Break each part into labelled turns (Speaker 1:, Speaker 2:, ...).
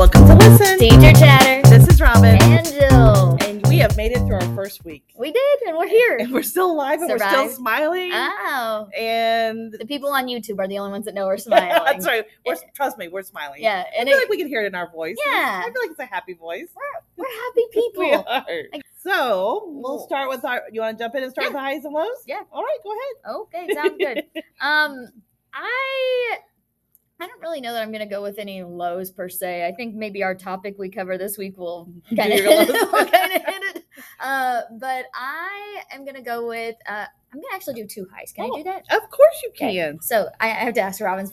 Speaker 1: Allison.
Speaker 2: Danger Chatter.
Speaker 1: This is Robin.
Speaker 2: And Jill.
Speaker 1: And we have made it through our first week.
Speaker 2: We did, and we're here.
Speaker 1: And we're still alive and we're still
Speaker 2: Survived.
Speaker 1: smiling.
Speaker 2: Oh.
Speaker 1: And
Speaker 2: The people on YouTube are the only ones that know we're smiling.
Speaker 1: that's right. We're, trust me, we're smiling.
Speaker 2: Yeah, and
Speaker 1: I feel
Speaker 2: it-
Speaker 1: like we can hear it in our voice.
Speaker 2: Yeah.
Speaker 1: I feel like it's a happy voice.
Speaker 2: we're happy
Speaker 1: We
Speaker 2: people.
Speaker 1: are. So we'll start with our. You want to jump in and start
Speaker 2: Yeah.
Speaker 1: with the highs and lows?
Speaker 2: Yeah.
Speaker 1: All right, go ahead.
Speaker 2: Okay, sounds good. Um, I I don't really know that I'm gonna go with any lows per se. I think maybe our topic we cover this week will kind of
Speaker 1: your lows.
Speaker 2: hit it. will kinda hit it. Uh, but I am gonna go with uh, I'm gonna actually do two highs. Can
Speaker 1: Oh,
Speaker 2: I do that?
Speaker 1: Of course you
Speaker 2: Okay.
Speaker 1: can.
Speaker 2: So I, I have to ask Robin's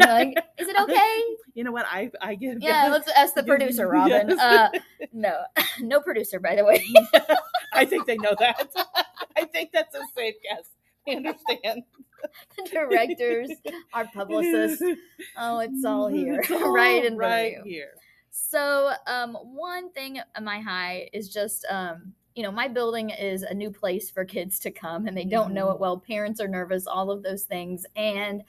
Speaker 1: Yeah.
Speaker 2: Like, is it okay?
Speaker 1: You know what? I I give.
Speaker 2: Yeah, let's ask the producer, Robin.
Speaker 1: Yes.
Speaker 2: Uh, no, no producer, by the way.
Speaker 1: I think they know that. I think that's a safe guess. I understand.
Speaker 2: The directors, our publicists. Oh, it's all here,
Speaker 1: Mm, It's all
Speaker 2: right in
Speaker 1: right
Speaker 2: right.
Speaker 1: here.
Speaker 2: So, um, one thing on my high is just, um, you know, my building is a new place for kids to come, and they don't know
Speaker 1: Mhm.
Speaker 2: it well. Parents are nervous, all of those things, and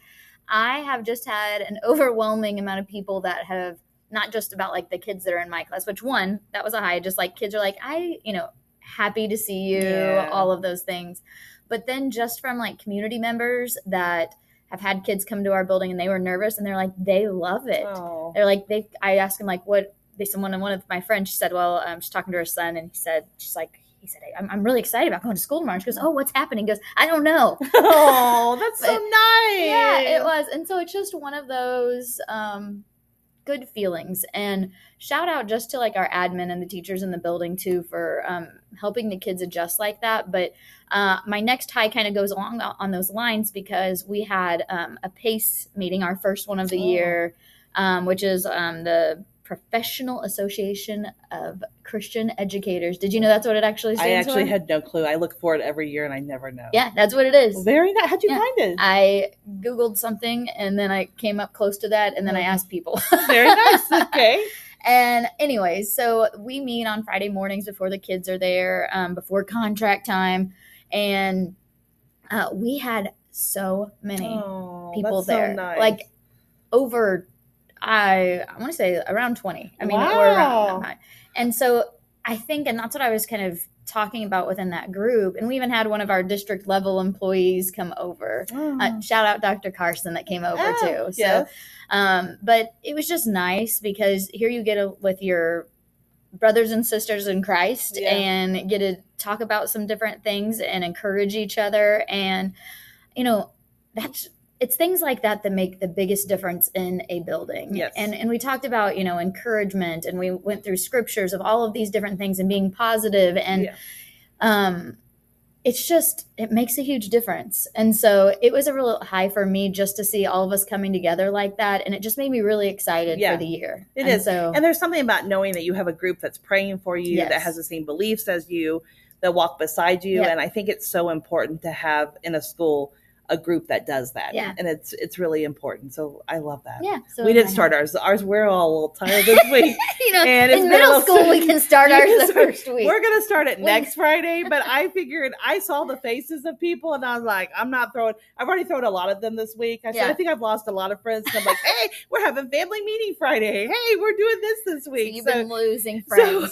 Speaker 2: I have just had an overwhelming amount of people that have not just about like the kids that are in my class, which one that was a high. Just like kids are like, I, you know, happy to see you,
Speaker 1: Yeah.
Speaker 2: all of those things, but then just from like community members that have had kids come to our building and they were nervous and they're like, they love it.
Speaker 1: Oh.
Speaker 2: They're like they. I asked him like what they. Someone one of my friends. She said, well, um, she's talking to her son, and he said, she's like, he said, I'm, I'm really excited about going to school tomorrow. And she goes, oh, what's happening? He goes, I don't know.
Speaker 1: oh, that's so
Speaker 2: But-
Speaker 1: nice.
Speaker 2: yeah, it was, and so it's just one of those um, good feelings. And shout out just to like our admin and the teachers in the building too for um, helping the kids adjust like that. But uh, my next high kind of goes along on those lines because we had um, a PACE meeting, our first one of the
Speaker 1: Oh.
Speaker 2: year, um, which is um, the Professional Association of Christian Educators. Did you know that's what it actually
Speaker 1: I
Speaker 2: stands
Speaker 1: actually
Speaker 2: for?
Speaker 1: had no clue. I look for it every year and I never know. Oh,
Speaker 2: yeah, that's what it is.
Speaker 1: Very nice. How'd you
Speaker 2: Yeah.
Speaker 1: find it?
Speaker 2: I Googled something and then I came up close to that and then I
Speaker 1: Mm-hmm.
Speaker 2: asked people.
Speaker 1: Very nice. Okay.
Speaker 2: and anyways, so we meet on Friday mornings before the kids are there, um, before contract time. And uh, we had so many
Speaker 1: Oh,
Speaker 2: people
Speaker 1: that's so
Speaker 2: there.
Speaker 1: nice.
Speaker 2: Like over I I want to say around 20. I mean, or
Speaker 1: Wow.
Speaker 2: around that high. And so I think and that's what I was kind of talking about within that group. And we even had one of our district level employees come over.
Speaker 1: Oh.
Speaker 2: Uh, shout out Dr. Carson that came over
Speaker 1: Oh,
Speaker 2: too. So,
Speaker 1: yes.
Speaker 2: um, but it was just nice because here you get a, with your brothers and sisters in Christ
Speaker 1: Yeah.
Speaker 2: and get to talk about some different things and encourage each other. And, you know, that's, it's things like that that make the biggest difference in a building.
Speaker 1: Yes.
Speaker 2: And and we talked about, you know, encouragement and we went through scriptures of all of these different things and being positive and
Speaker 1: Yeah.
Speaker 2: um it's just it makes a huge difference and so it was a real high for me just to see all of us coming together like that and it just made me really excited
Speaker 1: Yeah.
Speaker 2: for the year
Speaker 1: It
Speaker 2: and
Speaker 1: is.
Speaker 2: so
Speaker 1: And there's something about knowing that you have a group that's praying for you, that
Speaker 2: Yes.
Speaker 1: has the same beliefs as you, that walk beside you.
Speaker 2: Yeah.
Speaker 1: And I think it's so important to have in a school a group that does that.
Speaker 2: Yeah.
Speaker 1: And it's it's really important. So I love that.
Speaker 2: yeah so
Speaker 1: we
Speaker 2: it
Speaker 1: didn't
Speaker 2: was
Speaker 1: start ours. Ours we're all a little tired this week.
Speaker 2: nice. you know
Speaker 1: and it's
Speaker 2: in
Speaker 1: been a
Speaker 2: middle
Speaker 1: little-
Speaker 2: school we can start
Speaker 1: You
Speaker 2: ours
Speaker 1: can
Speaker 2: the
Speaker 1: start-
Speaker 2: first week
Speaker 1: We're gonna start it
Speaker 2: We-
Speaker 1: next Friday, but I figured I saw the faces of people and I was like, I'm not throwing. I've already thrown a lot of them this week. I said
Speaker 2: Yeah.
Speaker 1: I think I've lost a lot of friends. And I'm like, hey, we're having family meeting Friday. Hey, we're doing this this
Speaker 2: so
Speaker 1: week.
Speaker 2: you've
Speaker 1: So-
Speaker 2: been losing friends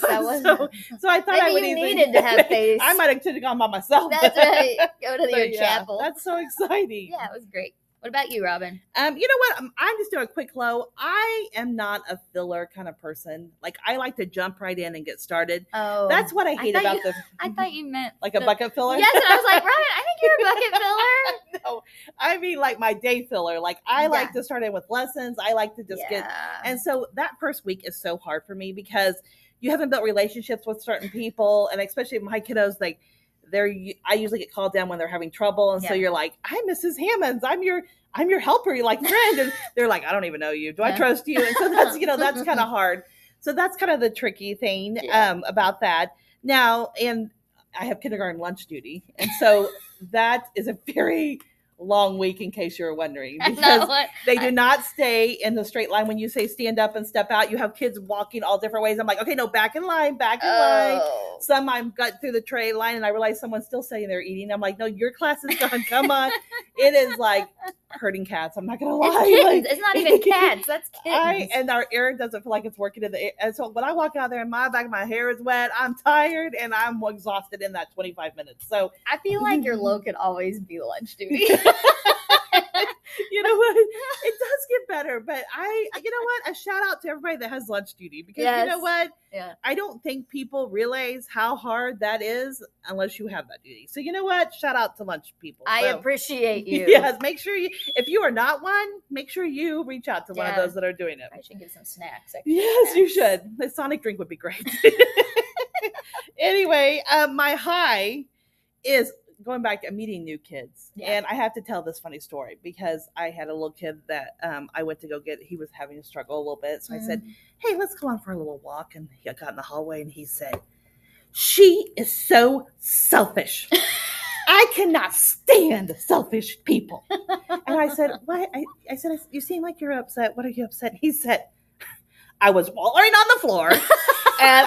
Speaker 1: so-
Speaker 2: that wasn't
Speaker 1: so- so I thought
Speaker 2: maybe
Speaker 1: I would
Speaker 2: you
Speaker 1: even-
Speaker 2: needed to have face
Speaker 1: I might have should have gone by myself.
Speaker 2: that's right go to
Speaker 1: But
Speaker 2: your
Speaker 1: yeah,
Speaker 2: chapel
Speaker 1: That's so exciting.
Speaker 2: yeah it was great what about you robin
Speaker 1: Um, you know what? I'm, I'm just doing a quick low. I am not a filler kind of person. Like I like to jump right in and get started.
Speaker 2: oh
Speaker 1: That's what I
Speaker 2: I
Speaker 1: hate
Speaker 2: thought
Speaker 1: about
Speaker 2: you-
Speaker 1: the
Speaker 2: i thought you meant
Speaker 1: like a
Speaker 2: the-
Speaker 1: bucket filler.
Speaker 2: yes and i was like robin i think you're a bucket filler
Speaker 1: no, I mean like my day filler. Like I
Speaker 2: Yeah.
Speaker 1: like to start in with lessons. I like to just get
Speaker 2: Yeah.
Speaker 1: and so that first week is so hard for me because you haven't built relationships with certain people and especially my kiddos like they're u- I usually get called down when they're having trouble and so
Speaker 2: Yeah.
Speaker 1: you're like, "I'm Mrs. Hammonds. I'm your I'm your helper, you're like friend." And they're like, "I don't even know you. Do I
Speaker 2: Yeah.
Speaker 1: trust you?" And so that's, you know, that's kind of hard. So that's kind of the tricky thing
Speaker 2: Yeah.
Speaker 1: um about that. Now, and I have kindergarten lunch duty. And so that is a very long week in case you're wondering
Speaker 2: I know,
Speaker 1: because
Speaker 2: what-
Speaker 1: they do not stay in the straight line when you say stand up and step out you have kids walking all different ways i'm like okay no back in line back in line
Speaker 2: oh.
Speaker 1: some i'm got through the tray line and i realize someone's still sitting there eating i'm like no your class is done come on it is like hurting cats. I'm not gonna lie.
Speaker 2: It's kittens.
Speaker 1: Like,
Speaker 2: it's not even cats. That's kittens.
Speaker 1: I and our air doesn't feel like it's working in the air. And so when I walk out there and my back, my hair is wet, I'm tired and I'm exhausted in that 25 minutes. So
Speaker 2: I feel like your low could always be lunch duty.
Speaker 1: you know what? It does get better, but I, you know what? A shout out to everybody that has lunch duty because you
Speaker 2: Yes.
Speaker 1: know what?
Speaker 2: Yeah.
Speaker 1: I don't think people realize how hard that is unless you have that duty. So you know what? Shout out to lunch people.
Speaker 2: I
Speaker 1: So-
Speaker 2: appreciate you.
Speaker 1: Yes, make sure you if you are not one, make sure you reach out to one of
Speaker 2: Yeah.
Speaker 1: those that are doing it.
Speaker 2: I should get some snacks. I
Speaker 1: Yes, you
Speaker 2: snacks.
Speaker 1: should. The Sonic drink would be great. anyway, um, my high is going back to meeting new kids.
Speaker 2: Yeah.
Speaker 1: And I have to tell this funny story because I had a little kid that um, I went to go get. He was having a struggle a little bit. So I said, Hey, let's go on for a little walk. And he got in the hallway and he said, She is so selfish. I cannot stand selfish people. And I said, What? I, I said, You seem like you're upset. What are you upset? He said, I was wallowing on the floor and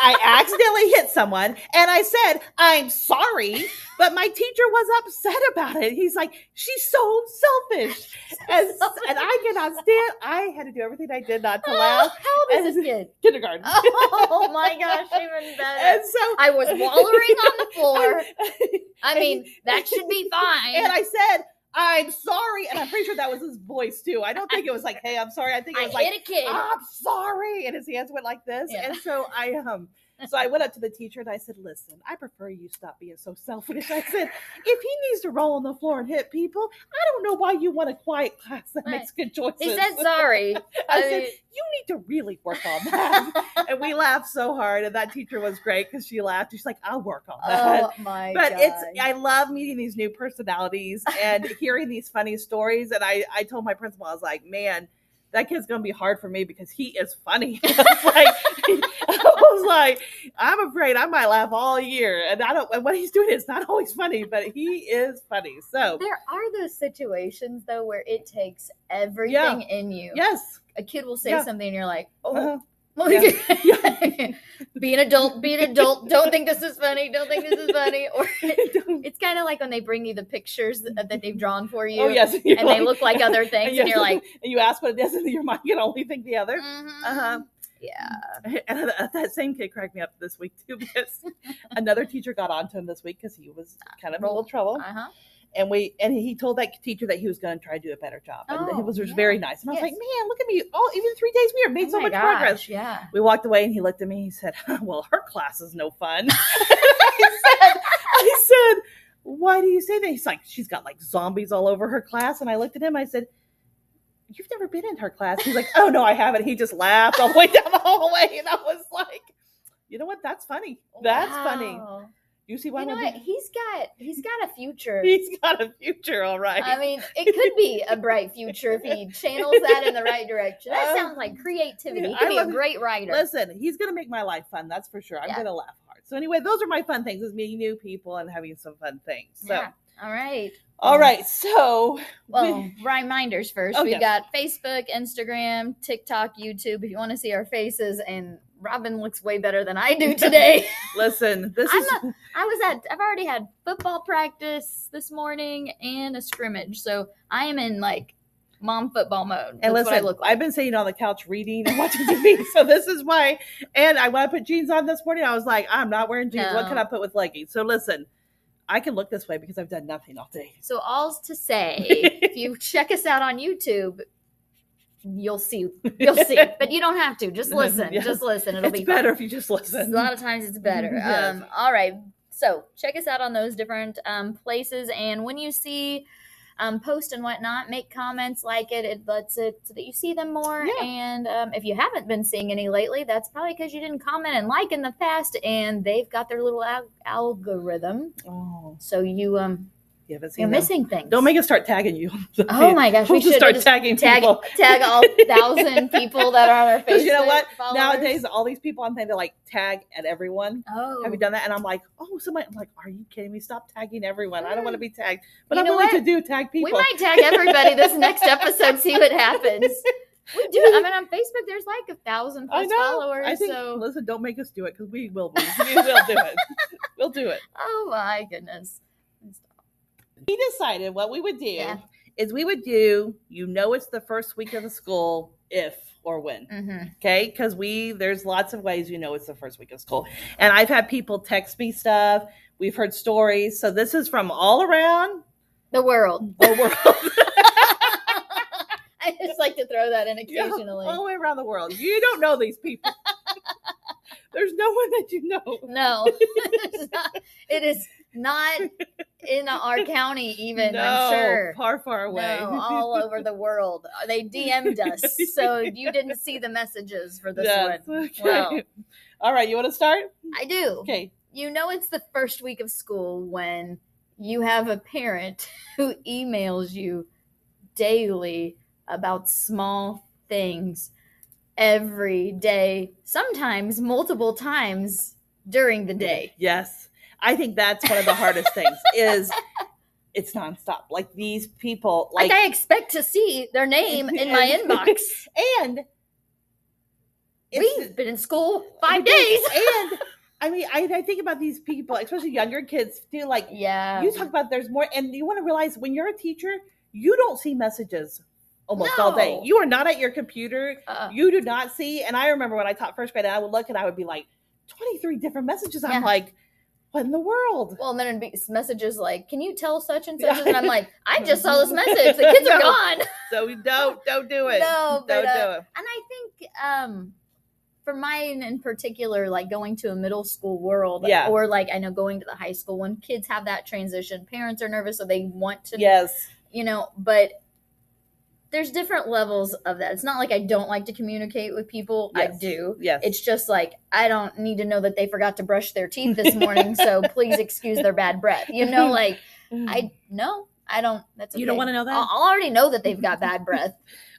Speaker 1: I accidentally hit someone. And I said, I'm sorry, but my teacher was upset about it. He's like, She's so selfish. And, and I cannot stand I had to do everything I did not to
Speaker 2: Oh,
Speaker 1: laugh.
Speaker 2: how old is this
Speaker 1: And-
Speaker 2: kid?
Speaker 1: Kindergarten.
Speaker 2: Oh my gosh, even better.
Speaker 1: And so
Speaker 2: I was wallowing on the floor. I
Speaker 1: and-
Speaker 2: mean, that should be fine.
Speaker 1: and I said, I'm sorry. And I'm pretty sure that was his voice too. I don't think it was like, hey, I'm sorry. I think it
Speaker 2: I
Speaker 1: was like, "Ah."
Speaker 2: hit a kid.
Speaker 1: I'm sorry. And his hands went like this.
Speaker 2: Yeah.
Speaker 1: And so I um so I went up to the teacher and I said, Listen, I prefer you stop being so selfish. I said, if he needs to roll on the floor and hit people, I don't know why you want a quiet class that
Speaker 2: Right.
Speaker 1: makes good choices.
Speaker 2: he said sorry.
Speaker 1: I
Speaker 2: I
Speaker 1: said,
Speaker 2: mean-
Speaker 1: you need to really work on that. and we laughed so hard, and that teacher was great because she laughed. She's like, I'll work on that.
Speaker 2: Oh my
Speaker 1: but
Speaker 2: god.
Speaker 1: it's I love meeting these new personalities and hearing these funny stories. And I I told my principal I was like, man, that kid's gonna be hard for me because he is funny. I was like, I was like, I'm afraid I might laugh all year, and I don't. And what he's doing is not always funny, but he is funny. So
Speaker 2: there are those situations though where it takes everything in you.
Speaker 1: yes,
Speaker 2: A kid will say
Speaker 1: Yeah.
Speaker 2: something and you're like, oh,
Speaker 1: uh,
Speaker 2: be an adult, be an adult. Don't think this is funny. Don't think this is funny. Or it's kind of like when they bring you the pictures that that they've drawn for you
Speaker 1: oh yes, and
Speaker 2: and they look like other things and you're like,
Speaker 1: and you ask what it is, and your mind can only think the other.
Speaker 2: mhm,
Speaker 1: Uh-huh.
Speaker 2: yeah.
Speaker 1: And uh, that same kid cracked me up this week too because another teacher got onto him this week because he was kind of in a little trouble.
Speaker 2: Uh-huh.
Speaker 1: And we and he told that teacher that he was going to try to do a better job, and he
Speaker 2: Oh,
Speaker 1: was just
Speaker 2: yeah.
Speaker 1: very nice. And I was like,
Speaker 2: Yes.
Speaker 1: man, look at me! Oh, even three days we have made
Speaker 2: Oh
Speaker 1: so
Speaker 2: my
Speaker 1: much
Speaker 2: gosh,
Speaker 1: progress.
Speaker 2: Yeah.
Speaker 1: We walked away, and he looked at me. He said, "Well, her class is no fun." I said, "I said, why do you say that?" He's like, "She's got like zombies all over her class." And I looked at him. I said, "You've never been in her class." He's like, "Oh no, I haven't." He just laughed all the way down the hallway, and I was like, "You know what? That's funny. That's funny.
Speaker 2: Wow.
Speaker 1: You see why
Speaker 2: You know
Speaker 1: my
Speaker 2: what?
Speaker 1: big-
Speaker 2: He's got he's got a future.
Speaker 1: he's got a future, all right."
Speaker 2: I mean, it could be a bright future if he channels that in the right direction. That
Speaker 1: Um,
Speaker 2: sounds like creativity. He
Speaker 1: yeah,
Speaker 2: could
Speaker 1: I
Speaker 2: be a
Speaker 1: love it.
Speaker 2: great writer.
Speaker 1: Listen, he's gonna make my life fun. That's for sure. I'm
Speaker 2: Yeah.
Speaker 1: gonna laugh hard. So anyway, those are my fun things: is meeting new people and having some fun things. So.
Speaker 2: Yeah. All right.
Speaker 1: All
Speaker 2: Mhm.
Speaker 1: right, so
Speaker 2: Well, reminders first.
Speaker 1: Oh, yes.
Speaker 2: We've got Facebook, Instagram, TikTok, YouTube. If you want to see our faces, and Robin looks way better than I do today.
Speaker 1: listen, this
Speaker 2: I'm
Speaker 1: is
Speaker 2: not- I was at. I've already had football practice this morning and a scrimmage, so I am in like mom football mode. That's
Speaker 1: and listen,
Speaker 2: what I look like.
Speaker 1: have been sitting on the couch reading and watching TV, so this is why. And I when I put jeans on this morning, I was like, I'm not wearing jeans. What
Speaker 2: No.
Speaker 1: can I put with leggings? So listen, I can look this way because I've done nothing all day.
Speaker 2: So all's to say, if you check us out on YouTube, you'll see, you'll see. But you don't have to. Just listen.
Speaker 1: Yes.
Speaker 2: Just listen. It'll
Speaker 1: it's
Speaker 2: be
Speaker 1: better
Speaker 2: better.
Speaker 1: if you just listen.
Speaker 2: A lot of times it's better.
Speaker 1: Yes.
Speaker 2: Um, all right. So check us out on those different um, places, and when you see. Um, post and whatnot, make comments, like it. It lets it so that you see them more.
Speaker 1: Yeah.
Speaker 2: And um, if you haven't been seeing any lately, that's probably because you didn't comment and like in the past, and they've got their little al- algorithm.
Speaker 1: oh,
Speaker 2: So you um,
Speaker 1: you haven't seen
Speaker 2: you're
Speaker 1: them.
Speaker 2: missing things.
Speaker 1: Don't make us start tagging you.
Speaker 2: Oh my gosh,
Speaker 1: We'll
Speaker 2: we
Speaker 1: just
Speaker 2: should
Speaker 1: start
Speaker 2: just
Speaker 1: tagging
Speaker 2: tag
Speaker 1: people.
Speaker 2: tag all thousand people that are on our Facebook.
Speaker 1: 'Cause you know what?
Speaker 2: followers.
Speaker 1: Nowadays, all these people on there, they're like tag at everyone.
Speaker 2: oh,
Speaker 1: Have you done that? And I'm like, oh, somebody. I'm like, are you kidding me? Stop tagging everyone. I don't want to be tagged, but
Speaker 2: You
Speaker 1: I'm
Speaker 2: know
Speaker 1: willing to
Speaker 2: what?
Speaker 1: do tag people.
Speaker 2: we might tag everybody this next episode. See what happens. We do. I mean, on Facebook, there's like a thousand
Speaker 1: I
Speaker 2: plus
Speaker 1: know.
Speaker 2: followers.
Speaker 1: I think
Speaker 2: so,
Speaker 1: listen, don't make us do it because we will. Be. We will do it. We'll do it.
Speaker 2: oh my goodness.
Speaker 1: We decided what we would do
Speaker 2: Yeah.
Speaker 1: is we would do, you know, it's the first week of the school if or when.
Speaker 2: Mm-hmm.
Speaker 1: Okay. Cause we, there's lots of ways you know it's the first week of school. And I've had people text me stuff. We've heard stories. So this is from all around
Speaker 2: The world.
Speaker 1: the world,
Speaker 2: I just like to throw that in
Speaker 1: Yeah, Oh.
Speaker 2: occasionally.
Speaker 1: all the way around the world. You don't know these people. there's no one that you know.
Speaker 2: No, It's not- it is not in our county, even, I'm sure.
Speaker 1: Far, far away.
Speaker 2: No, all over the world. They DM'd us, so you didn't see the messages for this
Speaker 1: Yes,
Speaker 2: one.
Speaker 1: Okay.
Speaker 2: Wow.
Speaker 1: All right. You want to start?
Speaker 2: I do.
Speaker 1: Okay.
Speaker 2: You know, it's the first week of school when you have a parent who emails you daily about small things every day, sometimes multiple times during the day.
Speaker 1: Yes. I think that's one of the hardest things is it's nonstop. Like these people,
Speaker 2: Like,
Speaker 1: like,
Speaker 2: I expect to see their name in my
Speaker 1: And-
Speaker 2: inbox.
Speaker 1: and
Speaker 2: We've been in school
Speaker 1: I
Speaker 2: five days.
Speaker 1: think- and I mean, I, I think about these people, especially younger kids, too. Like
Speaker 2: Yeah.
Speaker 1: you talk about, there's more, and you want to realize when you're a teacher, you don't see messages almost all day.
Speaker 2: No.
Speaker 1: You are not at your computer.
Speaker 2: Uh,
Speaker 1: you do not see. And I remember when I taught first grade, and I would look and I would be like, 23 different messages. I'm
Speaker 2: Yeah.
Speaker 1: like, what in the world?
Speaker 2: well, and then it'd be messages like, "Can you tell such and
Speaker 1: Yeah.
Speaker 2: such?" And I'm like, "I just saw this message. The kids are
Speaker 1: No.
Speaker 2: gone."
Speaker 1: So we don't, don't do it.
Speaker 2: No, but,
Speaker 1: don't
Speaker 2: uh,
Speaker 1: do it.
Speaker 2: and I think um for mine in particular, like going to a middle school world,
Speaker 1: Yeah.
Speaker 2: or like I know going to the high school when kids have that transition, parents are nervous, so they want to,
Speaker 1: Yes.
Speaker 2: you know, but there's different levels of that. It's not like I don't like to communicate with people. I
Speaker 1: Yes.
Speaker 2: do.
Speaker 1: Yes.
Speaker 2: It's just like I don't need to know that they forgot to brush their teeth this morning, so please excuse their bad breath. You know, like I no, I don't. That's
Speaker 1: Mm. You don't
Speaker 2: okay.
Speaker 1: wanna know that?
Speaker 2: I I already know that they've got bad breath.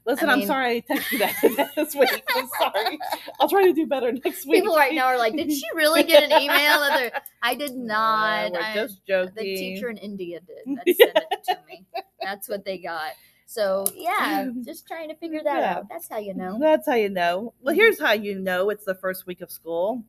Speaker 1: Listen,
Speaker 2: I
Speaker 1: I'm
Speaker 2: mean-
Speaker 1: sorry I texted you that this week. I'm sorry. I'll try to do better next week.
Speaker 2: people right now are like, did she really get an email? That they're- I did
Speaker 1: No,
Speaker 2: not.
Speaker 1: we're
Speaker 2: I-
Speaker 1: just joking.
Speaker 2: the teacher in India did. That sent it to me. That's what they got. So yeah, just trying to figure that
Speaker 1: Yeah.
Speaker 2: out. That's how you know.
Speaker 1: That's how you know. Well,
Speaker 2: Mhm.
Speaker 1: here's how you know it's the first week of school.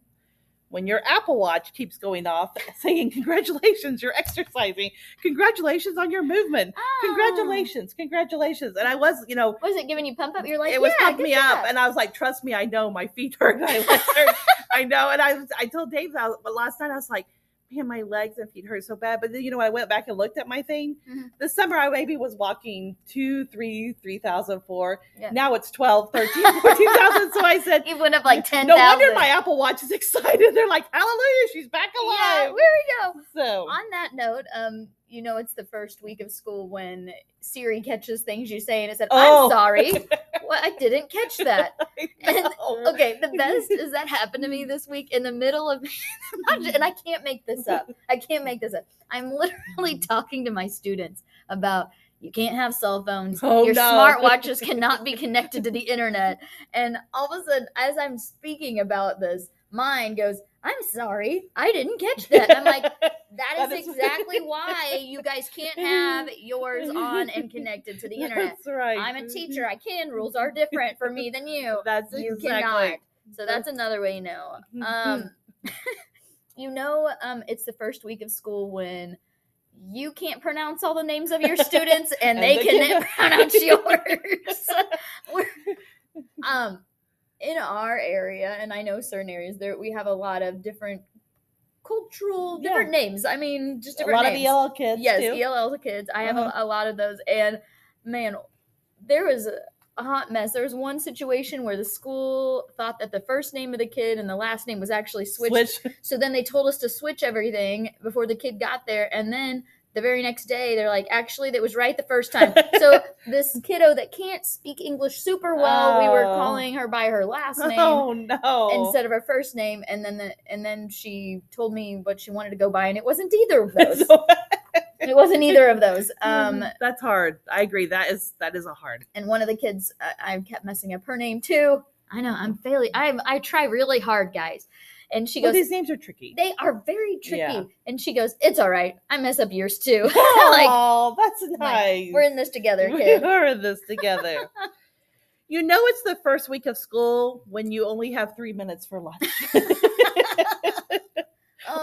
Speaker 1: When your Apple Watch keeps going off saying, Congratulations, you're exercising. Congratulations on your movement.
Speaker 2: Ah.
Speaker 1: Congratulations, congratulations. And I was, you know,
Speaker 2: Was Ah. it giving you pump up? You're like,
Speaker 1: it was
Speaker 2: yeah,
Speaker 1: pumping
Speaker 2: good
Speaker 1: me up.
Speaker 2: job.
Speaker 1: And I was like, Trust me, I know my feet hurt. I, like hurt. I know. And I was, I told Dave that, but last night I was like, Man, my legs and feet hurt so bad. But then, you know, when I went back and looked at my thing,
Speaker 2: Mhm.
Speaker 1: this summer I maybe was walking two, three, three thousand, four.
Speaker 2: Yeah.
Speaker 1: Now it's 12, 13, 14,000. So I said,
Speaker 2: it went up like ten
Speaker 1: no
Speaker 2: thousand.
Speaker 1: wonder my Apple Watch is excited. They're like, "Hallelujah, she's back
Speaker 2: yeah,
Speaker 1: alive!"
Speaker 2: where we go.
Speaker 1: so
Speaker 2: On that note, um, you know it's the first week of school when Siri catches things you say and it said,
Speaker 1: Oh.
Speaker 2: "I'm sorry, well, I didn't catch that." and-
Speaker 1: No.
Speaker 2: Okay, the best is that happened to me this week in the middle of, and I can't make this up. I can't make this up. I'm literally talking to my students about you can't have cell phones.
Speaker 1: Oh,
Speaker 2: Your
Speaker 1: no.
Speaker 2: smartwatches cannot be connected to the internet. And all of a sudden, as I'm speaking about this, mine goes, I'm sorry, I didn't catch that. And I'm like,
Speaker 1: That
Speaker 2: that is
Speaker 1: is-
Speaker 2: exactly why you guys can't have yours on and connected to the internet.
Speaker 1: That's right.
Speaker 2: I'm a teacher. I can. Rules are different for me than you.
Speaker 1: That's
Speaker 2: You
Speaker 1: exactly. Mm-hmm.
Speaker 2: cannot. So that's another way you know. Um, you know, um, it's the first week of school when you can't pronounce all the names of your students and,
Speaker 1: And
Speaker 2: they
Speaker 1: they
Speaker 2: can
Speaker 1: cannot.
Speaker 2: pronounce yours. We're- um, in our area, and I know certain areas, there we have a lot of different cultural
Speaker 1: Yeah.
Speaker 2: different names. I mean, just
Speaker 1: a
Speaker 2: different
Speaker 1: lot
Speaker 2: names.
Speaker 1: of ELL kids.
Speaker 2: Yes, E
Speaker 1: too.
Speaker 2: ELL kids. I have
Speaker 1: Uh-huh.
Speaker 2: a, a lot of those, and man, there was a, a hot mess. There was one situation where the school thought that the first name of the kid and the last name was actually switched.
Speaker 1: Switch.
Speaker 2: So then they told us to switch everything before the kid got there, and then the very next day they're like, actually, that was right the first time. so this kiddo that can't speak English super well, we were
Speaker 1: Oh.
Speaker 2: calling her by her last name
Speaker 1: Oh no!
Speaker 2: instead of her first name, and then the, and then she told me what she wanted to go by, and it wasn't either of those.
Speaker 1: So-
Speaker 2: it wasn't either of those. Um,
Speaker 1: that's hard. I agree. That is that is a hard.
Speaker 2: and one of the kids, I, I kept messing up her name too. I know I'm failing. I I try really hard, guys. And she
Speaker 1: well,
Speaker 2: goes,
Speaker 1: these names are tricky.
Speaker 2: they are very tricky.
Speaker 1: Yeah.
Speaker 2: And she goes, it's all right. I mess up yours too. like
Speaker 1: oh, that's nice.
Speaker 2: we're in this together,
Speaker 1: We
Speaker 2: kid.
Speaker 1: are in this together. you know it's the first week of school when you only have three minutes for lunch.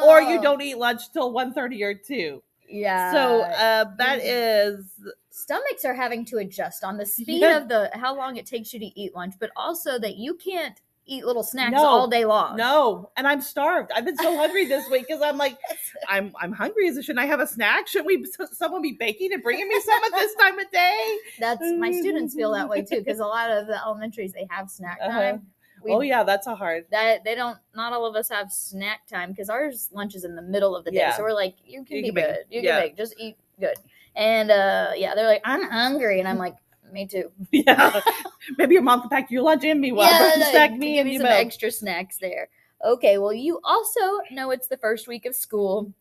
Speaker 1: or you
Speaker 2: Oh.
Speaker 1: don't eat lunch till 1.30 or 2.
Speaker 2: Oh, Yeah. Mm-hmm.
Speaker 1: so uh, that is
Speaker 2: stomachs are having to adjust on the speed
Speaker 1: Yeah.
Speaker 2: of the how long it takes you to eat lunch, but also that you can't eat little snacks
Speaker 1: No.
Speaker 2: all day long.
Speaker 1: no, and I'm starved. I've been so hungry this week because I'm like, I'm I'm hungry. Is it- Shouldn't I have a snack? Shouldn't we someone be baking and bringing me some at this time of day?
Speaker 2: That's my students feel that way too because a lot of the elementaries they have snack
Speaker 1: Uh-huh.
Speaker 2: time. We-
Speaker 1: oh yeah, that's a hard.
Speaker 2: That they don't. Not all of us have snack time because ours lunch is in the middle of the day.
Speaker 1: Yeah.
Speaker 2: So we're like, you can
Speaker 1: You
Speaker 2: be
Speaker 1: can make-
Speaker 2: good. You
Speaker 1: yeah.
Speaker 2: can make. Just eat good. And uh, yeah, they're like, I'm hungry, and I'm like, me too.
Speaker 1: Yeah, maybe your mom can pack your lunch in me while
Speaker 2: Yeah,
Speaker 1: I bring
Speaker 2: no,
Speaker 1: snack
Speaker 2: you
Speaker 1: me
Speaker 2: give
Speaker 1: and
Speaker 2: me
Speaker 1: you
Speaker 2: some
Speaker 1: milk.
Speaker 2: extra snacks there. Okay, well, you also know it's the first week of school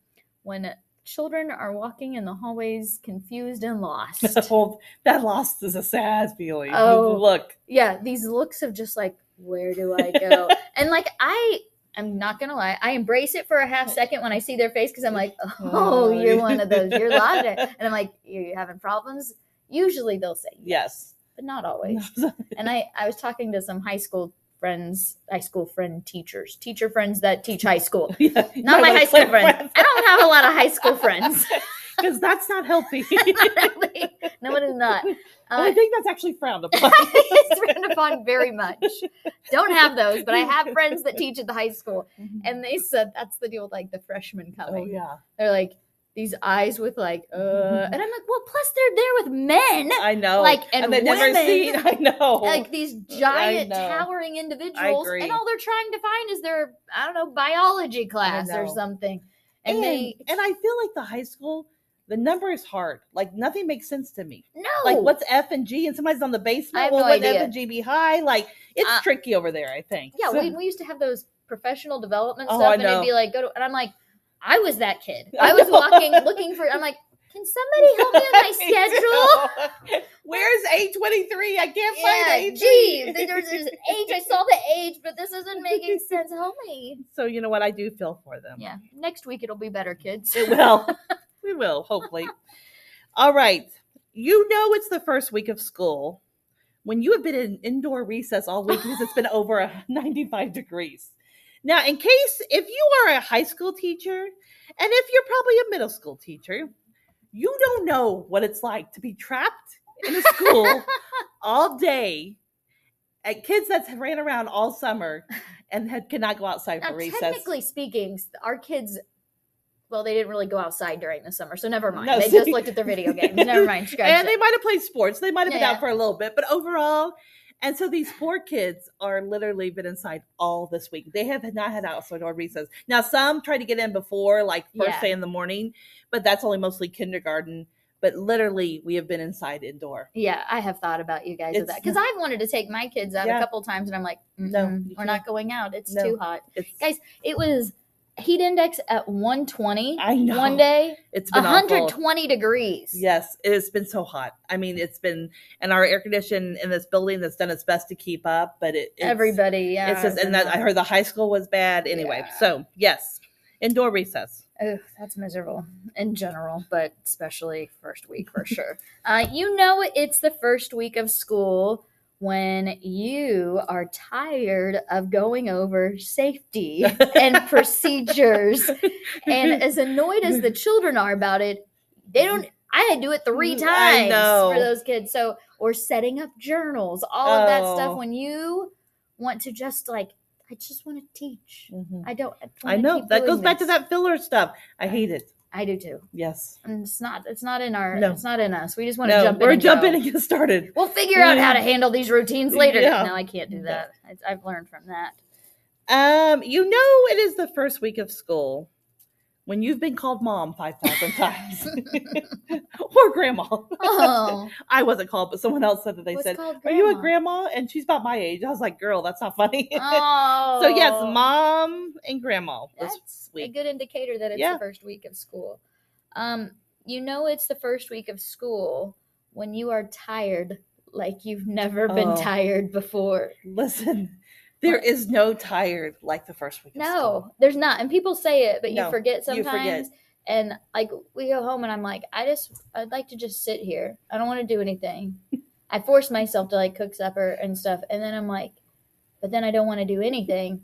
Speaker 2: when children are walking in the hallways confused and lost.
Speaker 1: Oh, that loss is a sad feeling.
Speaker 2: Oh.
Speaker 1: look,
Speaker 2: yeah, these looks of just like, where do I go? and like, I. I'm not gonna lie. I embrace it for a half second when I see their face because I'm like, "Oh,
Speaker 1: Oh.
Speaker 2: you're one of those. You're lost," and I'm like, "You're having problems." Usually they'll say
Speaker 1: yes.
Speaker 2: but not always. and I, I was talking to some high school friends, high school friend teachers, teacher friends that teach high school.
Speaker 1: Yeah,
Speaker 2: Not my high school friends. I don't have a lot of high school friends.
Speaker 1: because that's not healthy.
Speaker 2: no one is not.
Speaker 1: And I
Speaker 2: Uh,
Speaker 1: think that's actually frowned upon.
Speaker 2: it's frowned upon very much. Don't have those, but I have friends that teach at the high school, and they said that's the deal with like the freshmen
Speaker 1: Mm-hmm. oh
Speaker 2: coming.
Speaker 1: yeah, Mm-hmm.
Speaker 2: They're like these eyes with like, uh, and I'm like, well, plus they're there with men,
Speaker 1: I know.
Speaker 2: like, and,
Speaker 1: they
Speaker 2: women.
Speaker 1: never seen. I know.
Speaker 2: like these giant
Speaker 1: Oh, know.
Speaker 2: towering individuals
Speaker 1: agree.
Speaker 2: and all they're trying to find is their i don't know biology class or
Speaker 1: know.
Speaker 2: something and, they
Speaker 1: and I feel like the high school, the number is hard. Like nothing makes sense to me.
Speaker 2: no
Speaker 1: Like what's F and G, and somebody's on the
Speaker 2: I
Speaker 1: basement.
Speaker 2: have
Speaker 1: Well,
Speaker 2: no
Speaker 1: wouldn't
Speaker 2: idea.
Speaker 1: F and G be high? Like it's
Speaker 2: Uh,
Speaker 1: tricky over there. I think.
Speaker 2: yeah
Speaker 1: So-
Speaker 2: we, we used to have those professional development
Speaker 1: Oh,
Speaker 2: stuff
Speaker 1: I
Speaker 2: and it'd
Speaker 1: know.
Speaker 2: be like go to and i'm like i was that kid
Speaker 1: I
Speaker 2: i was
Speaker 1: know.
Speaker 2: walking looking for i'm like can somebody help me with my
Speaker 1: Me
Speaker 2: schedule
Speaker 1: too. Where's eight twenty three? I can't find
Speaker 2: yeah
Speaker 1: eight.
Speaker 2: gee there's, there's age i saw the age but this isn't making sense help me
Speaker 1: So you know what? I do feel for them.
Speaker 2: yeah next week it'll be better kids
Speaker 1: It will. we will, hopefully. All right. You know it's the first week of school when you have been in indoor recess all week because it's been over a 95 degrees. Now, in case if you are a high school teacher and if you're probably a middle school teacher, you don't know what it's like to be trapped in a school all day at kids that's ran around all summer and had, cannot go outside
Speaker 2: Now,
Speaker 1: for recess.
Speaker 2: technically speaking, s- our kids, well, they didn't really go outside during the summer, so never mind.
Speaker 1: No,
Speaker 2: they
Speaker 1: see-
Speaker 2: just looked at their video games. Never mind. Scratch
Speaker 1: and
Speaker 2: it.
Speaker 1: they might have played sports. They might have been
Speaker 2: Yeah.
Speaker 1: out for a little bit, but overall, and so these poor kids are literally been inside all this week. They have not had outside or recess. Now some try to get in before, like first
Speaker 2: Yeah.
Speaker 1: day in the morning, but that's only mostly kindergarten. But literally, we have been inside indoor.
Speaker 2: yeah, I have thought about you guys of
Speaker 1: It's-
Speaker 2: that because I've wanted to take my kids out a
Speaker 1: Yeah.
Speaker 2: couple times, and I'm like,
Speaker 1: No,
Speaker 2: no,
Speaker 1: you
Speaker 2: we're not going out. It's
Speaker 1: No.
Speaker 2: too hot.
Speaker 1: It's
Speaker 2: Guys, It was heat index at 120
Speaker 1: I know
Speaker 2: one day,
Speaker 1: it's been awful.
Speaker 2: 120 degrees.
Speaker 1: Yes, it's been so hot. I mean, it's been and our air condition in this building that's done its best to keep up, but it it's,
Speaker 2: Everybody, yeah.
Speaker 1: it's just
Speaker 2: is in
Speaker 1: and that I
Speaker 2: the-
Speaker 1: heard the high school was bad anyway.
Speaker 2: Yeah.
Speaker 1: So yes, indoor recess.
Speaker 2: Ugh, that's miserable in general, but especially first week for sure. Uh, you know, it's the first week of school when you are tired of going over safety and procedures. And as annoyed as the children are about it, they don't. I had to do it three
Speaker 1: Mm, I
Speaker 2: times
Speaker 1: know.
Speaker 2: for those kids. So, or setting up journals, all of that
Speaker 1: Oh.
Speaker 2: stuff. When you want to just like, I just want to teach.
Speaker 1: Mm-hmm.
Speaker 2: I don't.
Speaker 1: I
Speaker 2: wanna
Speaker 1: know
Speaker 2: keep
Speaker 1: that
Speaker 2: doing
Speaker 1: goes back to
Speaker 2: this.
Speaker 1: that filler stuff. I hate it.
Speaker 2: I do too.
Speaker 1: Yes.
Speaker 2: And it's not it's not in our
Speaker 1: No.
Speaker 2: it's not in us. We just want to
Speaker 1: No,
Speaker 2: jump
Speaker 1: we're
Speaker 2: in. and
Speaker 1: jumping
Speaker 2: go.
Speaker 1: and get started.
Speaker 2: We'll figure out how to handle these routines later.
Speaker 1: Yeah.
Speaker 2: No, I can't do that. I, I've learned from that.
Speaker 1: Um, you know, it is the first week of school when you've been called mom five thousand times or grandma.
Speaker 2: Oh,
Speaker 1: I wasn't called, but someone else said that. They
Speaker 2: what's
Speaker 1: said,
Speaker 2: called
Speaker 1: "Are you a grandma?" And she's about my age. I was like, "Girl, that's not funny."
Speaker 2: Oh,
Speaker 1: so yes, mom and grandma this
Speaker 2: That's a
Speaker 1: week.
Speaker 2: good indicator that it's
Speaker 1: Yeah.
Speaker 2: the first week of school. Um, you know, it's the first week of school when you are tired like you've never been
Speaker 1: Oh.
Speaker 2: tired before.
Speaker 1: Listen, there
Speaker 2: What?
Speaker 1: is no tired like the first week. Of
Speaker 2: No, there's not. And people say it, but you
Speaker 1: No,
Speaker 2: forget
Speaker 1: you forget.
Speaker 2: sometimes. And like we go home and I'm like, I just I'd like to just sit here. I don't want to do anything. I force myself to like cook supper and stuff, and then I'm like, but then I don't want to do anything.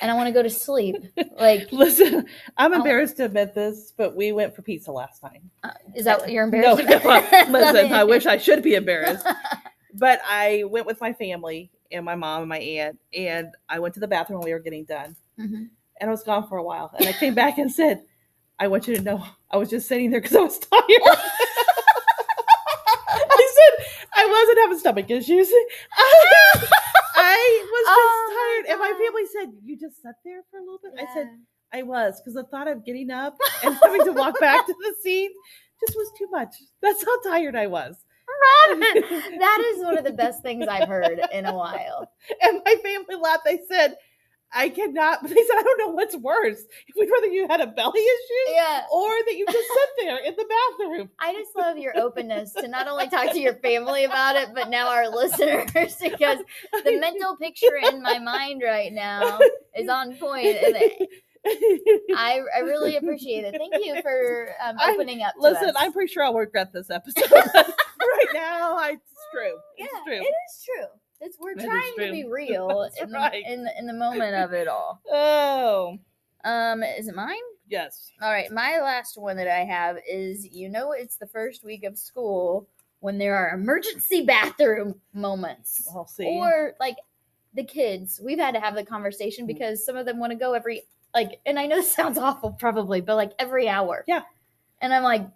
Speaker 2: and I want to go to sleep. Like,
Speaker 1: Listen, I'm
Speaker 2: I'll-
Speaker 1: embarrassed to admit this, but we went for pizza last time.
Speaker 2: uh, is that what you're
Speaker 1: No,
Speaker 2: embarrassed?
Speaker 1: no,
Speaker 2: about?
Speaker 1: listen, I wish I should be embarrassed. But I went with my family and my mom and my aunt, and I went to the bathroom when we were getting done,
Speaker 2: Mhm.
Speaker 1: and I was gone for a while. And I came back and said, I want you to know I was just sitting there because I was tired. I said, I wasn't having stomach issues. I was just
Speaker 2: Oh, my
Speaker 1: tired. And my
Speaker 2: God.
Speaker 1: family said, You just sat there for a little bit? I said,
Speaker 2: Yeah.
Speaker 1: I was because the thought of getting up and having to walk back to the scene just was too much. That's how tired I was.
Speaker 2: Robin, that is one of the best things I've heard in a while.
Speaker 1: And my family laughed. They said, I cannot. They said, I don't know what's worse. We'd rather you had a belly issue
Speaker 2: Yeah.
Speaker 1: or that you just sit there in the bathroom.
Speaker 2: I just love your openness to not only talk to your family about it, but now our listeners, because the mental picture in my mind right now is on point, And I, I really appreciate it. Thank you for um,
Speaker 1: I'm-
Speaker 2: opening up. to
Speaker 1: Listen,
Speaker 2: us.
Speaker 1: I'm pretty sure I'll regret this episode. right now, I, it's true.
Speaker 2: Yeah,
Speaker 1: It's true.
Speaker 2: it is true. It's we're
Speaker 1: It is
Speaker 2: trying to
Speaker 1: true.
Speaker 2: be real
Speaker 1: That's
Speaker 2: in,
Speaker 1: right.
Speaker 2: the, in the in the moment of it all.
Speaker 1: oh,
Speaker 2: Um, is it mine?
Speaker 1: yes.
Speaker 2: All right, my last one that I have is you know it's the first week of school when there are emergency bathroom moments.
Speaker 1: I'll see.
Speaker 2: Or like the kids, we've had to have the
Speaker 1: Mm.
Speaker 2: conversation because some of them want to go every like and I know this sounds awful probably, but like every hour.
Speaker 1: Yeah.
Speaker 2: And I'm like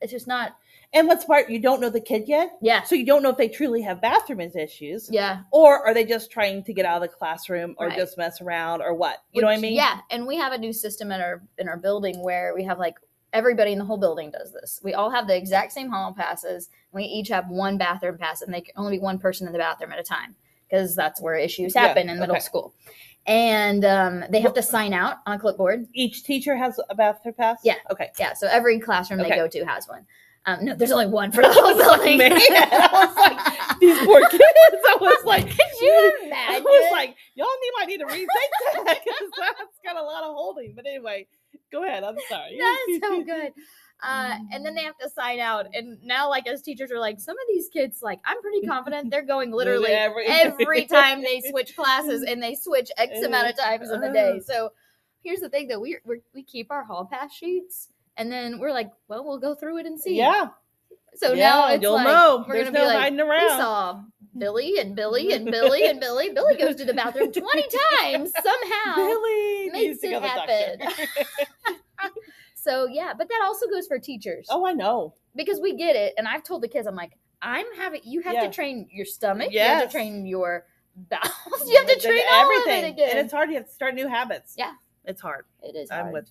Speaker 2: it's just not
Speaker 1: and what's part, you don't know the kid yet.
Speaker 2: yeah.
Speaker 1: So you don't know if they truly have bathroom issues.
Speaker 2: Yeah.
Speaker 1: or are they just trying to get out of the classroom or
Speaker 2: Right.
Speaker 1: just mess around or what you know what i
Speaker 2: Which-
Speaker 1: mean
Speaker 2: Yeah, and we have a new system in our in our building where we have like everybody in the whole building does this. We all have the exact same hall passes. We each have one bathroom pass, and they can only be one person in the bathroom at a time because that's where issues
Speaker 1: Yeah,
Speaker 2: happen in middle
Speaker 1: okay.
Speaker 2: school. And um, they have to sign out on a clipboard.
Speaker 1: each teacher has a bathroom pass
Speaker 2: Yeah.
Speaker 1: okay
Speaker 2: Yeah, so every classroom they
Speaker 1: Okay.
Speaker 2: go to has one. Um, no, there's only one for the whole building.
Speaker 1: man i was like these poor kids i was like
Speaker 2: Could you
Speaker 1: i
Speaker 2: imagine?
Speaker 1: was like y'all need might need to rethink that because that's got a lot of holding but anyway go ahead i'm sorry
Speaker 2: That's so good. Uh,
Speaker 1: Mm.
Speaker 2: and then they have to sign out. And now, like, as teachers are like, some of these kids, like, I'm pretty confident they're going literally
Speaker 1: Every-
Speaker 2: every time they switch classes and they switch X amount of times in the
Speaker 1: Oh.
Speaker 2: day. So here's the thing that we we we keep our hall pass sheets and then we're like, well, we'll go through it and see.
Speaker 1: yeah
Speaker 2: So
Speaker 1: yeah,
Speaker 2: now it's
Speaker 1: you'll
Speaker 2: like,
Speaker 1: know
Speaker 2: we're
Speaker 1: there's
Speaker 2: going to
Speaker 1: no
Speaker 2: be like,
Speaker 1: hiding
Speaker 2: we
Speaker 1: around
Speaker 2: saw Billy and Billy and Billy and Billy. Billy goes to the bathroom 20 times somehow.
Speaker 1: Billy needs
Speaker 2: makes
Speaker 1: to go to
Speaker 2: it
Speaker 1: the
Speaker 2: happen.
Speaker 1: doctor.
Speaker 2: So yeah, but that also goes for teachers
Speaker 1: oh i know
Speaker 2: because we get it. And I've told the kids, I'm like, I'm having you have
Speaker 1: Yeah.
Speaker 2: to train your stomach. You have
Speaker 1: Yes.
Speaker 2: to train your bowels. You have to
Speaker 1: There's
Speaker 2: train everything. All of it again.
Speaker 1: and it's hard you have to start new habits
Speaker 2: Yeah.
Speaker 1: it's hard
Speaker 2: It is
Speaker 1: i'm
Speaker 2: hard.
Speaker 1: with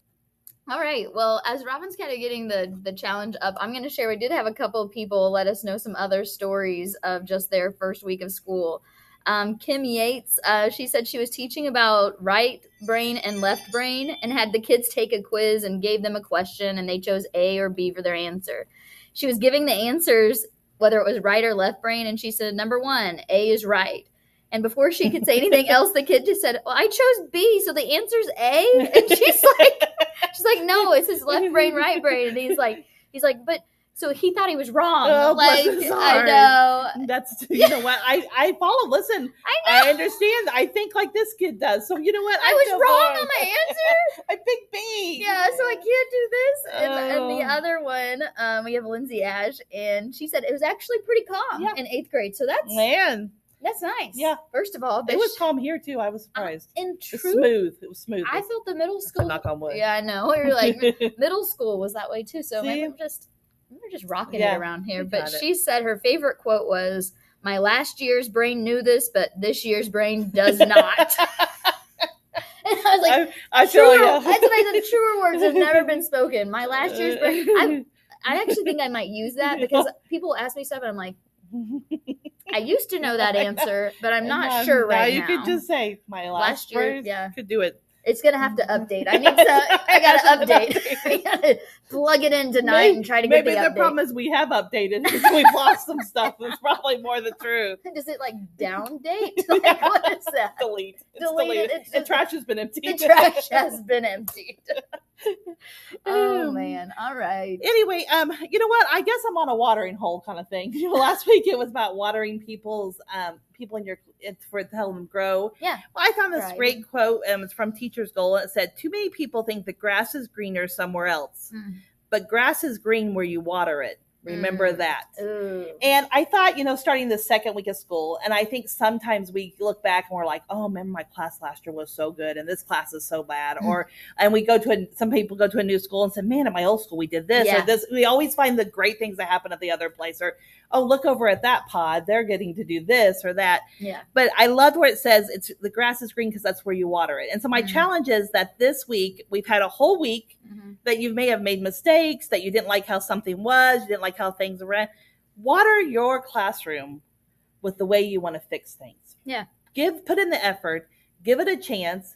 Speaker 2: All right. Well, as Robin's kind of getting the the challenge up, I'm going to share. We did have a couple of people let us know some other stories of just their first week of school. Um, Kim Yates, uh, she said she was teaching about right brain and left brain, and had the kids take a quiz and gave them a question, and they chose A or B for their answer. She was giving the answers whether it was right or left brain, and she said number one, A is right. And before she could say anything else, the kid just said, well, "I chose B, so the answer's A." And she's like, She's like, no, it's his left brain, right brain. And he's like, he's like, but so he thought he was wrong.
Speaker 1: Oh, bless
Speaker 2: like,
Speaker 1: his
Speaker 2: I
Speaker 1: heart.
Speaker 2: know.
Speaker 1: That's you know what I I follow. Listen,
Speaker 2: I know.
Speaker 1: I understand. I think like this kid does. So you know what?
Speaker 2: I was
Speaker 1: feel
Speaker 2: wrong
Speaker 1: bad.
Speaker 2: on my answer.
Speaker 1: I picked B.
Speaker 2: Yeah, so I can't do this. And, and the
Speaker 1: Oh.
Speaker 2: other one, um, we have Lindsay Ash, and she said it was actually pretty calm
Speaker 1: Yeah.
Speaker 2: in eighth grade. So that's
Speaker 1: Man,
Speaker 2: that's nice.
Speaker 1: Yeah.
Speaker 2: First of all, but
Speaker 1: it was
Speaker 2: sh-
Speaker 1: calm here too. I was surprised.
Speaker 2: in
Speaker 1: It was
Speaker 2: truth,
Speaker 1: smooth. It was smooth.
Speaker 2: Uh, I felt the middle school.
Speaker 1: knock on wood.
Speaker 2: Yeah, I know. You're like middle school was that way too. So
Speaker 1: See?
Speaker 2: we're just we're just rocking
Speaker 1: Yeah,
Speaker 2: it around here.
Speaker 1: we
Speaker 2: But
Speaker 1: got it.
Speaker 2: she said her favorite quote was, "My last year's brain knew this, but this year's brain does not." and I was like.
Speaker 1: I, I feel
Speaker 2: Truer,
Speaker 1: like
Speaker 2: that's what I said. Truer words have never been spoken. My last year's brain. I, I actually think I might use that because people ask me stuff and I'm like, I used to know that answer, but I'm not sure
Speaker 1: now.
Speaker 2: right
Speaker 1: You
Speaker 2: now.
Speaker 1: could just say my last,
Speaker 2: Last year,
Speaker 1: words
Speaker 2: yeah.
Speaker 1: could do it.
Speaker 2: It's gonna have to update. I need to. I gotta
Speaker 1: That's
Speaker 2: update. I gotta plug it in tonight
Speaker 1: May-
Speaker 2: and try to get
Speaker 1: Maybe
Speaker 2: the update.
Speaker 1: problem is we have updated. We've lost some stuff. It's probably more the truth.
Speaker 2: Does it like down date? Like, what is that?
Speaker 1: Delete. It's
Speaker 2: Delete it.
Speaker 1: deleted.
Speaker 2: It's
Speaker 1: The
Speaker 2: just-
Speaker 1: trash has been emptied.
Speaker 2: The trash has been emptied. oh man. All right.
Speaker 1: Anyway, um, you know what? I guess I'm on a watering hole kind of thing. You know, last week it was about watering people's um people in your it's for to help them grow.
Speaker 2: Yeah.
Speaker 1: Well, I found this
Speaker 2: Right.
Speaker 1: great quote. Um, it's from Teacher's Goal. It said, "Too many people think the grass is greener somewhere else,
Speaker 2: Mm.
Speaker 1: but grass is green where you water it. Remember
Speaker 2: Mm.
Speaker 1: that."
Speaker 2: Ooh.
Speaker 1: And I thought, you know, starting the second week of school, and I think sometimes we look back and we're like, oh, remember my class last year was so good and this class is so bad. Or, and we go to, a, some people go to a new school and say, man, at my old school, we did this
Speaker 2: Yeah.
Speaker 1: or this. We always find the great things that happen at the other place or, oh, look over at that pod. They're getting to do this or that.
Speaker 2: Yeah.
Speaker 1: But I loved where it says it's the grass is green because that's where you water it. And so my
Speaker 2: Mhm.
Speaker 1: challenge is that this week we've had a whole week
Speaker 2: Mhm.
Speaker 1: that you may have made mistakes, that you didn't like how something was, you didn't like how things ran. Water your classroom with the way you want to fix things.
Speaker 2: Yeah.
Speaker 1: Give put in the effort, give it a chance,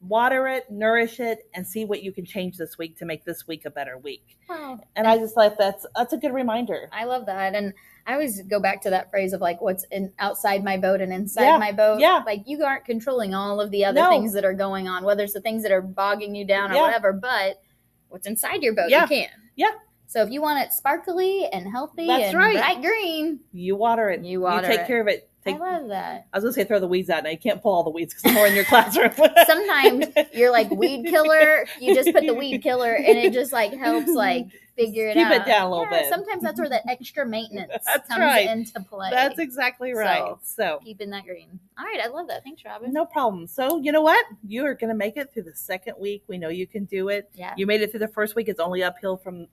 Speaker 1: water it, nourish it, and see what you can change this week to make this week a better week.
Speaker 2: Wow.
Speaker 1: And I just like that's that's a good reminder.
Speaker 2: I love that. And I always go back to that phrase of like what's in outside my boat and inside
Speaker 1: Yeah,
Speaker 2: my boat.
Speaker 1: yeah.
Speaker 2: Like you aren't controlling all of the other
Speaker 1: No.
Speaker 2: things that are going on, whether it's the things that are bogging you down or
Speaker 1: Yeah.
Speaker 2: whatever, but what's inside your boat
Speaker 1: Yeah.
Speaker 2: you can.
Speaker 1: Yeah.
Speaker 2: So if you want it sparkly and healthy
Speaker 1: That's
Speaker 2: and
Speaker 1: right.
Speaker 2: bright green,
Speaker 1: You water it.
Speaker 2: You water
Speaker 1: take
Speaker 2: it.
Speaker 1: care of it. Take,
Speaker 2: I love that.
Speaker 1: I was gonna say throw the weeds out, and I can't pull all the weeds because I'm more in your classroom.
Speaker 2: Sometimes you're like weed killer, you just put the weed killer and it just like helps like figure it
Speaker 1: Keep
Speaker 2: out.
Speaker 1: it down a little
Speaker 2: Yeah,
Speaker 1: bit.
Speaker 2: Sometimes that's where that extra maintenance
Speaker 1: That's
Speaker 2: comes
Speaker 1: right.
Speaker 2: into play.
Speaker 1: That's exactly right.
Speaker 2: So-
Speaker 1: so
Speaker 2: keeping that green. All right, I love that. Thanks, Robin.
Speaker 1: No problem. So, you know what? You are going to make it through the second week. We know you can do it.
Speaker 2: Yeah.
Speaker 1: You made it through the first week. It's only uphill from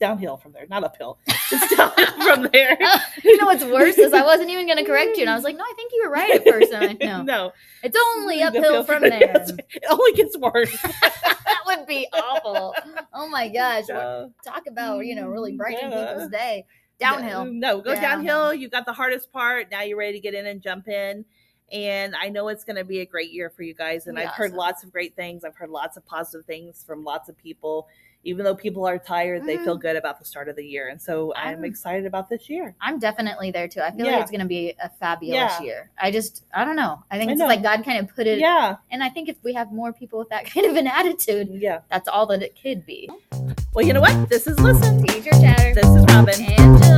Speaker 1: downhill from there, not uphill. It's downhill from there.
Speaker 2: You know what's worse is I wasn't even going to correct you, and I was like, "No, I think you were right at first. And I'm like, "No,
Speaker 1: no.
Speaker 2: it's only
Speaker 1: It's
Speaker 2: uphill from there."
Speaker 1: That's- It only gets worse.
Speaker 2: that would be awful. Oh my gosh!
Speaker 1: So,
Speaker 2: Talk about you know really brightening
Speaker 1: Yeah.
Speaker 2: people's day. Downhill.
Speaker 1: No, go
Speaker 2: Downhill.
Speaker 1: downhill. You got the hardest part. Now you're ready to get in and jump in. And I know it's going to be a great year for you guys. And
Speaker 2: Be
Speaker 1: I've heard
Speaker 2: awesome.
Speaker 1: lots of great things. I've heard lots of positive things from lots of people. Even though people are tired, they feel good about the start of the year. And so I'm
Speaker 2: I'm-
Speaker 1: excited about this year.
Speaker 2: I'm definitely there too. I feel
Speaker 1: Yeah.
Speaker 2: like it's going to be a fabulous
Speaker 1: Yeah.
Speaker 2: year. I just I don't know. I think
Speaker 1: I
Speaker 2: it's
Speaker 1: know.
Speaker 2: like God kind of put it,
Speaker 1: Yeah,
Speaker 2: and I think if we have more people with that kind of an attitude,
Speaker 1: yeah.
Speaker 2: that's all that it could be.
Speaker 1: Well, you know what? This is Listen.
Speaker 2: Teacher chatter
Speaker 1: This is Robin.
Speaker 2: and Jill.